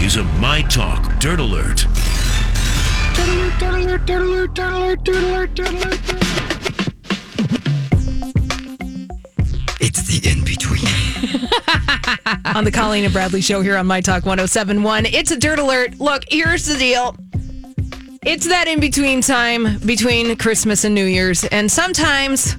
is a My Talk Dirt Alert. It's the in between. on the Colleen and Bradley show here on My Talk 1071. It's a dirt alert. Look, here's the deal. It's that in between time between Christmas and New Year's, and sometimes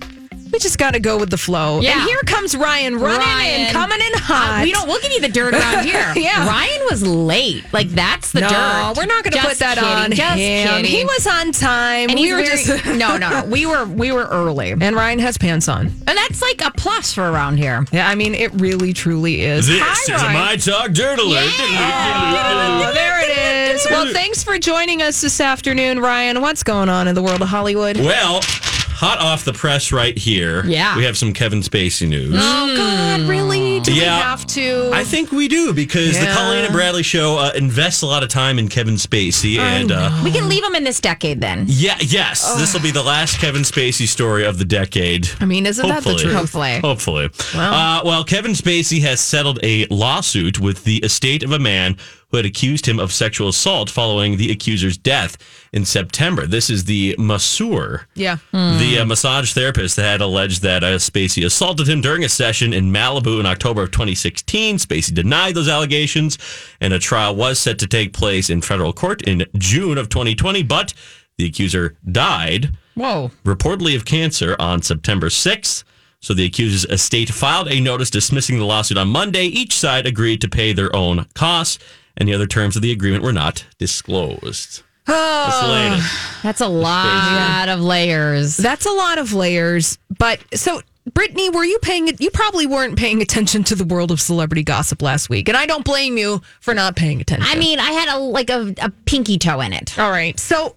we just got to go with the flow. Yeah. And here comes Ryan running in, Ryan. coming in hot. Uh, we don't. We'll give you the dirt around here. Yeah. Ryan was late. Like that's the No, dirt. we're not going to Just put that kidding, on Just him. kidding. He was on time. And we he's were very- just no, no, no. We were we were early, and And Ryan has pants on. that's like a plus for around here. Yeah, I mean, it really, truly is. This Hi, is a Ryan. My Talk Dirt Alert. Oh, there it is. Well, thanks for joining us this afternoon, Ryan. What's going on in the world of Hollywood? Well, hot off the press right here. Yeah. We have some Kevin Spacey news. Oh God, really? Do we Mm. Yeah. have to? I think we do because the Yeah. Colleen and Bradley show uh, invests a lot of time in Kevin Spacey and uh, We can leave him in this decade then. yeah, yes, this will be the last Kevin Spacey story of the decade. I mean, isn't that the Hopefully. truth? Hopefully. Hopefully. Uh, well, Kevin Spacey has settled a lawsuit with the estate of a man who had accused him of sexual assault following the accuser's death in September. This is the masseur. Yeah. The uh, massage therapist that had alleged that uh, Spacey assaulted him during a session in Malibu in October of 2016. Spacey denied those allegations, and a trial was set to take place in federal court in June of 2020. But the accuser died, Whoa. reportedly of cancer, on September 6th. So the accuser's estate filed a notice dismissing the lawsuit on Monday. Each side agreed to pay their own costs, and the other terms of the agreement were not disclosed. That's the Ah. latest. That's a lot of layers. That's a lot of layers. But so, Brittany, were you paying? You probably weren't paying attention to the world of celebrity gossip last week, and I don't blame you for not paying attention. I mean, I had a like a, a pinky toe in it. all right. So,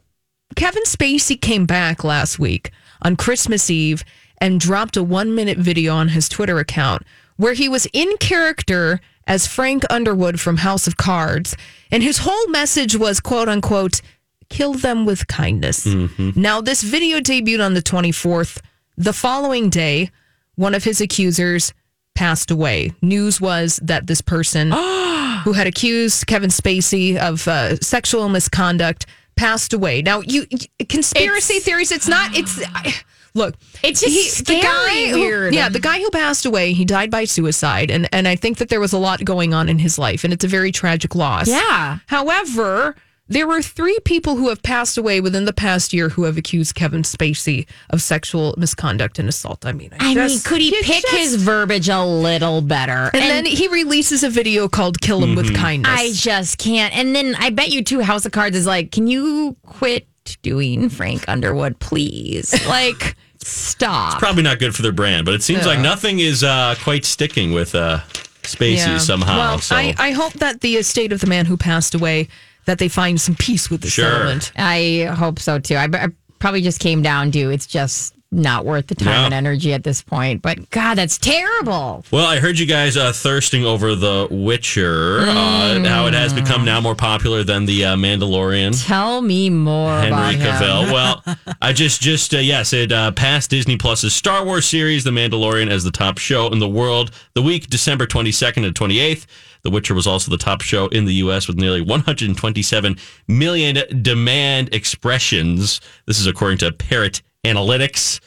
Kevin Spacey came back last week on Christmas Eve and dropped a one-minute video on his Twitter account where he was in character as Frank Underwood from House of Cards, and his whole message was quote unquote. Kill them with kindness. Now, this video debuted on the 24th. The following day, one of his accusers passed away. News was that this person who had accused Kevin Spacey of uh, sexual misconduct passed away. Now, you you- conspiracy It's- theories. It's not. It's I- look. It's just the guy scary who- weird. yeah, the guy who passed away. He died by suicide, and and I think that there was a lot going on in his life, and it's a very tragic loss. Yeah. However, there were three people who have passed away within the past year who have accused Kevin Spacey of sexual misconduct and assault. I mean, I, I just, mean, could he you pick just- his verbiage a little better? And, then he releases a video called "Kill Him with Kindness." I just can't. And then I bet you too. House of Cards is like, can you quit doing Frank Underwood, please? Like, stop. probably not good for their brand, but it seems like nothing is uh, quite sticking with uh, Spacey somehow. Well, so I, I hope that the estate of the man who passed away that they find some peace with the Sure. settlement. I hope so too. I, I probably just came down to it's just not worth the time Yeah. and energy at this point. But God, that's terrible. well, I heard you guys uh, thirsting over The Witcher, uh, and how it has Hmm. become now more popular than The uh, Mandalorian. Tell me more about Henry him. Cavill. Well, I just, just uh, yes, it uh, passed Disney Plus's Star Wars series, The Mandalorian, as the top show in the world. The week December 22nd and 28th, The Witcher was also the top show in the U.S. with nearly 127 million demand expressions. This is according to Parrot Analytics.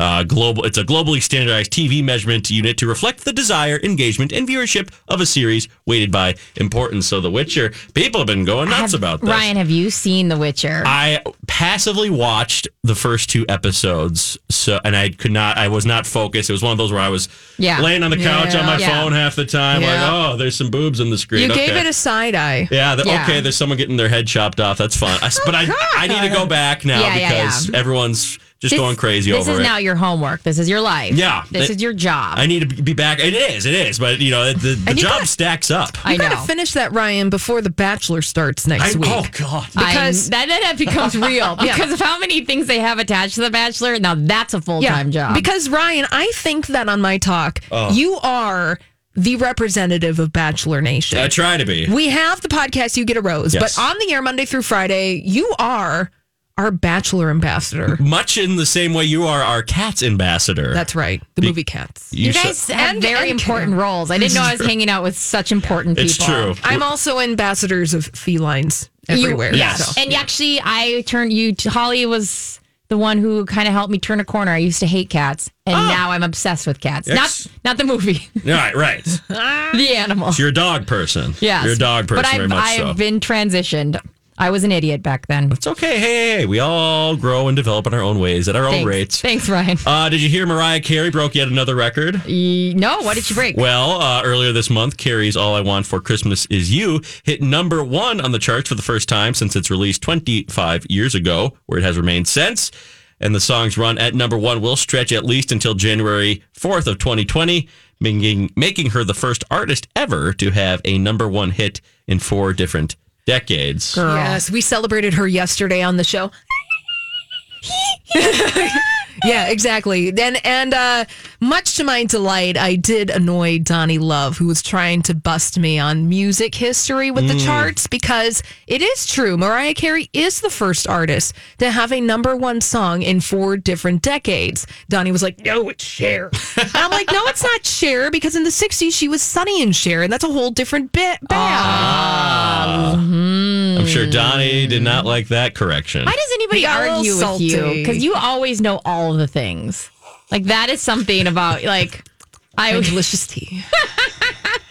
Uh, global. It's a globally standardized TV measurement unit to reflect the desire, engagement, and viewership of a series weighted by importance. So, The Witcher. People have been going nuts about this. Ryan, have you seen The Witcher? I passively watched the first two episodes, so and I could not. I was not focused. It was one of those where I was Yeah. laying on the couch on my Yeah. phone half the time, Yeah. like, oh, there's some boobs on the screen. You okay. gave it a side eye. yeah, the, Yeah. Oh, okay. There's someone getting their head chopped off. That's fun. I s but I, I need to go back now Yeah, yeah, because everyone's just This- going crazy This over is it. now your homework. This is your life. Yeah. This It- is your job. I need to be back. It is. It is. But you know, the, the And you job gotta- stacks up. I You know. gotta finish that, Ryan, before The Bachelor starts next I- week. oh God. because- I'm- that, that becomes real because of how many things they have attached to The Bachelor. Now that's a full time job. Because Ryan, I think that on my talk, Oh. you are the representative of Bachelor Nation. I try to be. We have the podcast You Get a Rose, Yes. but on the air Monday through Friday, you are our bachelor ambassador. Much in the same way you are our cat's ambassador. That's right, the movie Cats. You sa- guys have And- very and important roles. I didn't know I was hanging out with such important It's people. true. I'm also ambassadors of felines everywhere. You- yes. so. And actually, I turned you. Holly was the one who kind of helped me turn a corner. I used to hate cats, and Oh. now I'm obsessed with cats. Yes. Not not the movie, All right, right. So the animal. you're a dog person. Yes, You're a dog person But I've, very much I've so. been transitioned. I was an idiot back then. it's okay. Hey, hey, hey, we all grow and develop in our own ways at our Thanks. own rates. Thanks, Ryan. Uh, did you hear Mariah Carey broke yet another record? E- no, what did you break? Well, uh, earlier this month, Carrie's All I Want for Christmas Is You hit number one on the charts for the first time since its release 25 years ago, where it has remained since. And the song's run at number one will stretch at least until January 4th of 2020, making, making her the first artist ever to have a number one hit in four different decades. Girl. Yes, we celebrated her yesterday on the show. yeah, exactly. And and uh, much to my delight, I did annoy Donnie Love, who was trying to bust me on music history with Mm. the charts because it is true. Mariah Carey is the first artist to have a number one song in four different decades. Donnie was like, "No, it's Cher," and I'm like, "No, it's not Cher because in the '60s she was Sonny and Cher, and that's a whole different bit band." I'm sure Donnie did not like that correction. Why does anybody We got a argue little with you? salty. Because you always know all the things. Like that is something about like I. And delicious tea.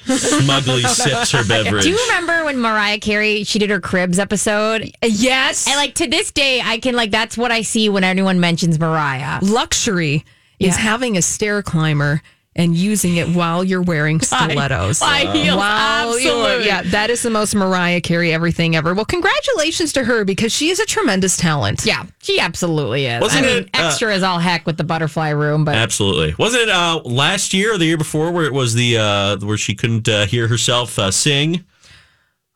Smugly sips her beverage. Do you remember when Mariah Carey she did her Cribs episode? Yes. And like to this day, I can like that's what I see when anyone mentions Mariah. luxury is having a stair climber and using it while you're wearing stilettos. High heels, While you're- absolute. yeah, that is the most Mariah Carey everything ever. Well, congratulations to her because she is a tremendous talent. Yeah, she absolutely is. Wasn't I mean, it, uh, extra is all heck with the butterfly room, but Absolutely. Wasn't it uh, last year or the year before where it was the uh, where she couldn't uh, hear herself uh, sing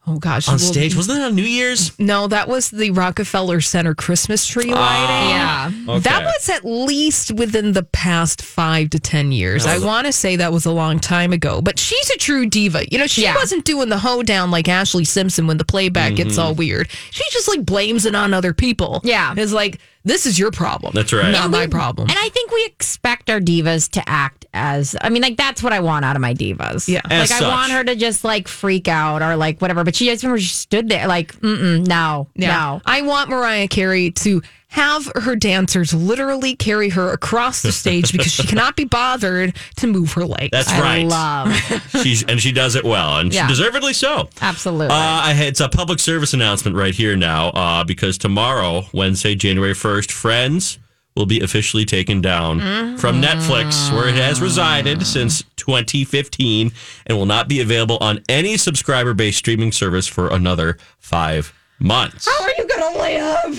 Oh gosh. on Well, stage? Wasn't it on New Year's? No, that was the Rockefeller Center Christmas Ah. tree Uh, lighting. yeah. Okay. That was at least within the past five to 10 years. I want to say that was a long time ago, but she's a true diva. You know, she Yeah. wasn't doing the hoedown like Ashley Simpson when the playback Mm-hmm. gets all weird. She just like blames it on other people. Yeah. It's like, this is your problem. That's right. Not And my problem. And I think we expect our divas to act as I mean, like that's what I want out of my divas. Yeah. As like such. I want her to just like freak out or like whatever. But she just remember she stood there like, mm mm, no, no. I want Mariah Carey to have her dancers literally carry her across the stage because she cannot be bothered to move her legs. That's I right. love She's and she does it well, and Yeah. she deservedly so. absolutely. Uh, I had- it's a public service announcement right here now uh, because tomorrow, Wednesday, January 1st, Friends will be officially taken down from Netflix, where it has resided since 2015 and will not be available on any subscriber based streaming service for another five months.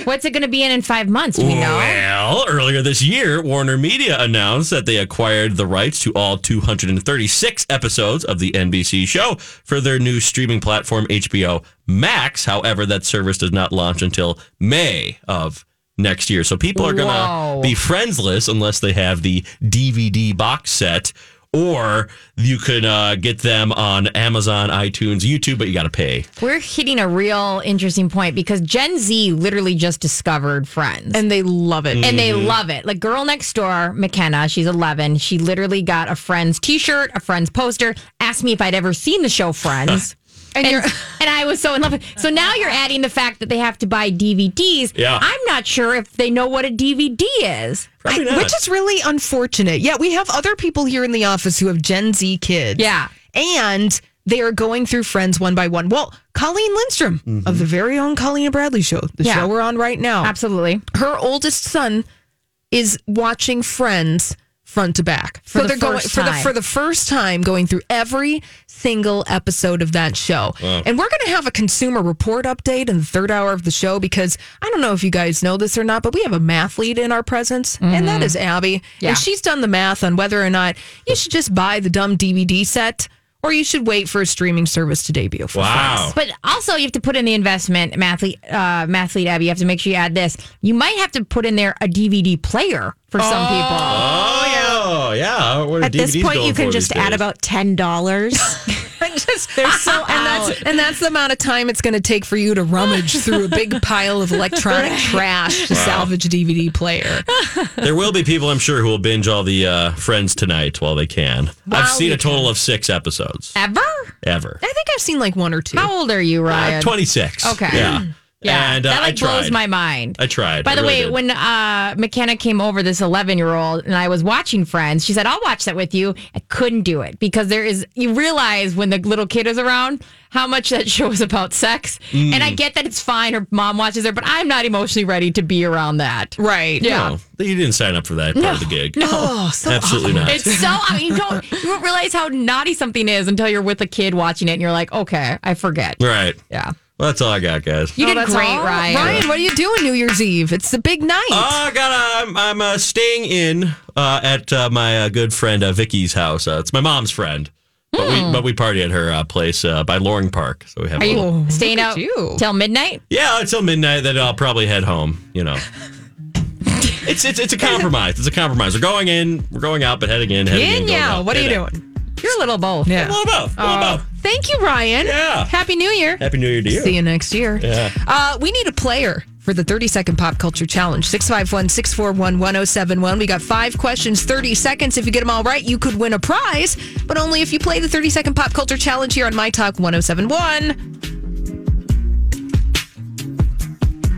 What's it going to be in in five months? Do we know? Well, earlier this year, Warner Media announced that they acquired the rights to all 236 episodes of the NBC show for their new streaming platform, HBO Max. However, that service does not launch until May of next year. So people are going to Whoa. be friendsless unless they have the DVD box set. Or you can uh, get them on Amazon, iTunes, YouTube, but you got to pay. We're hitting a real interesting point because Gen Z literally just discovered Friends. and they love Mm-hmm. it. and they love it. Like girl next door, McKenna, she's 11. She literally got a friend's t-shirt, a friend's poster, asked me if I'd ever seen the show Friends. And, and, I was so in love. with So now you're adding the fact that they have to buy DVDs. Yeah. I'm not sure if they know what a DVD is. Probably not. Which is really unfortunate. Yeah, we have other people here in the office who have Gen Z kids. Yeah. And they are going through friends one by one. Well, Colleen Lindstrom of the very own Colleen and Bradley show, the Mm-hmm. Yeah. show we're on right now. Absolutely. Her oldest son is watching Friends front to back. the going first for the time. for the first time going through every single episode of that show. And we're going to have a consumer report update in the third hour of the show because I don't know if you guys know this or not, but we have a math lead in our presence, and that is Abby. Mm-hmm. Yeah. And she's done the math on whether or not you should just buy the dumb DVD set or you should wait for a streaming service to debut. For Wow. But also, you have to put in the investment, Mathlete, uh, Mathlete Abby. You have to make sure you add this. You might have to put in there a DVD player for some people. Oh, yeah. What are At this DVDs point, going you for can these just add days? about ten dollars. Friends. is. They're so and That's, and that's the amount of time it's going to take for you to rummage through a big pile of electronic trash to salvage a DVD player. There will be people, I'm sure, who will binge all the uh, Friends tonight while they can. I've While seen you a total of six episodes Ever? ever. I think I've seen like one or two. How old are you, Ryan? Uh, 26. Okay. Hmm. Yeah. Yeah, And uh, that like I tried. blows my mind. I tried. By I the really way, did. when uh, McKenna came over, this 11 year old, and I was watching Friends, she said, I'll watch that with you. I couldn't do it because there is, you realize when the little kid is around how much that show is about sex. And Hmm. I get that it's fine. Her mom watches her, but I'm not emotionally ready to be around that. Right. Yeah. No, Oh, you didn't sign up for that part of the gig. Oh, so Absolutely not. It's so, I mean, you don't, you don't realize how naughty something is until you're with a kid watching it and you're like, okay, I forget. right. Yeah. Well, that's all I got, guys. You Oh, did that's great, all? Ryan. Ryan, what are you doing New Year's Eve? It's the big night. Oh, I got. I'm, I'm uh, staying in uh, at uh, my uh, good friend uh, Vicky's house. Uh, it's my mom's friend, but we but we party at her uh, place uh, by Loring Park. So we have. Hmm. Are a you little- staying look at out you. till midnight? yeah, until midnight. Then I'll probably head home. You know. It's, it's, it's a compromise. It's a compromise. We're going in, we're going out, but heading in, heading in. in going now. out. What are you In out. doing? You're a little both. Yeah. Well, both. Well, both. Thank you, Ryan. Yeah. Happy New Year. Happy New Year to you. See you next year. Yeah. Uh, we need a player for the 30 second pop culture challenge 651 641 1071. We got five questions, 30 seconds. If you get them all right, you oh could win a prize, but only if you play the 30 second pop culture challenge here on My Talk 1071.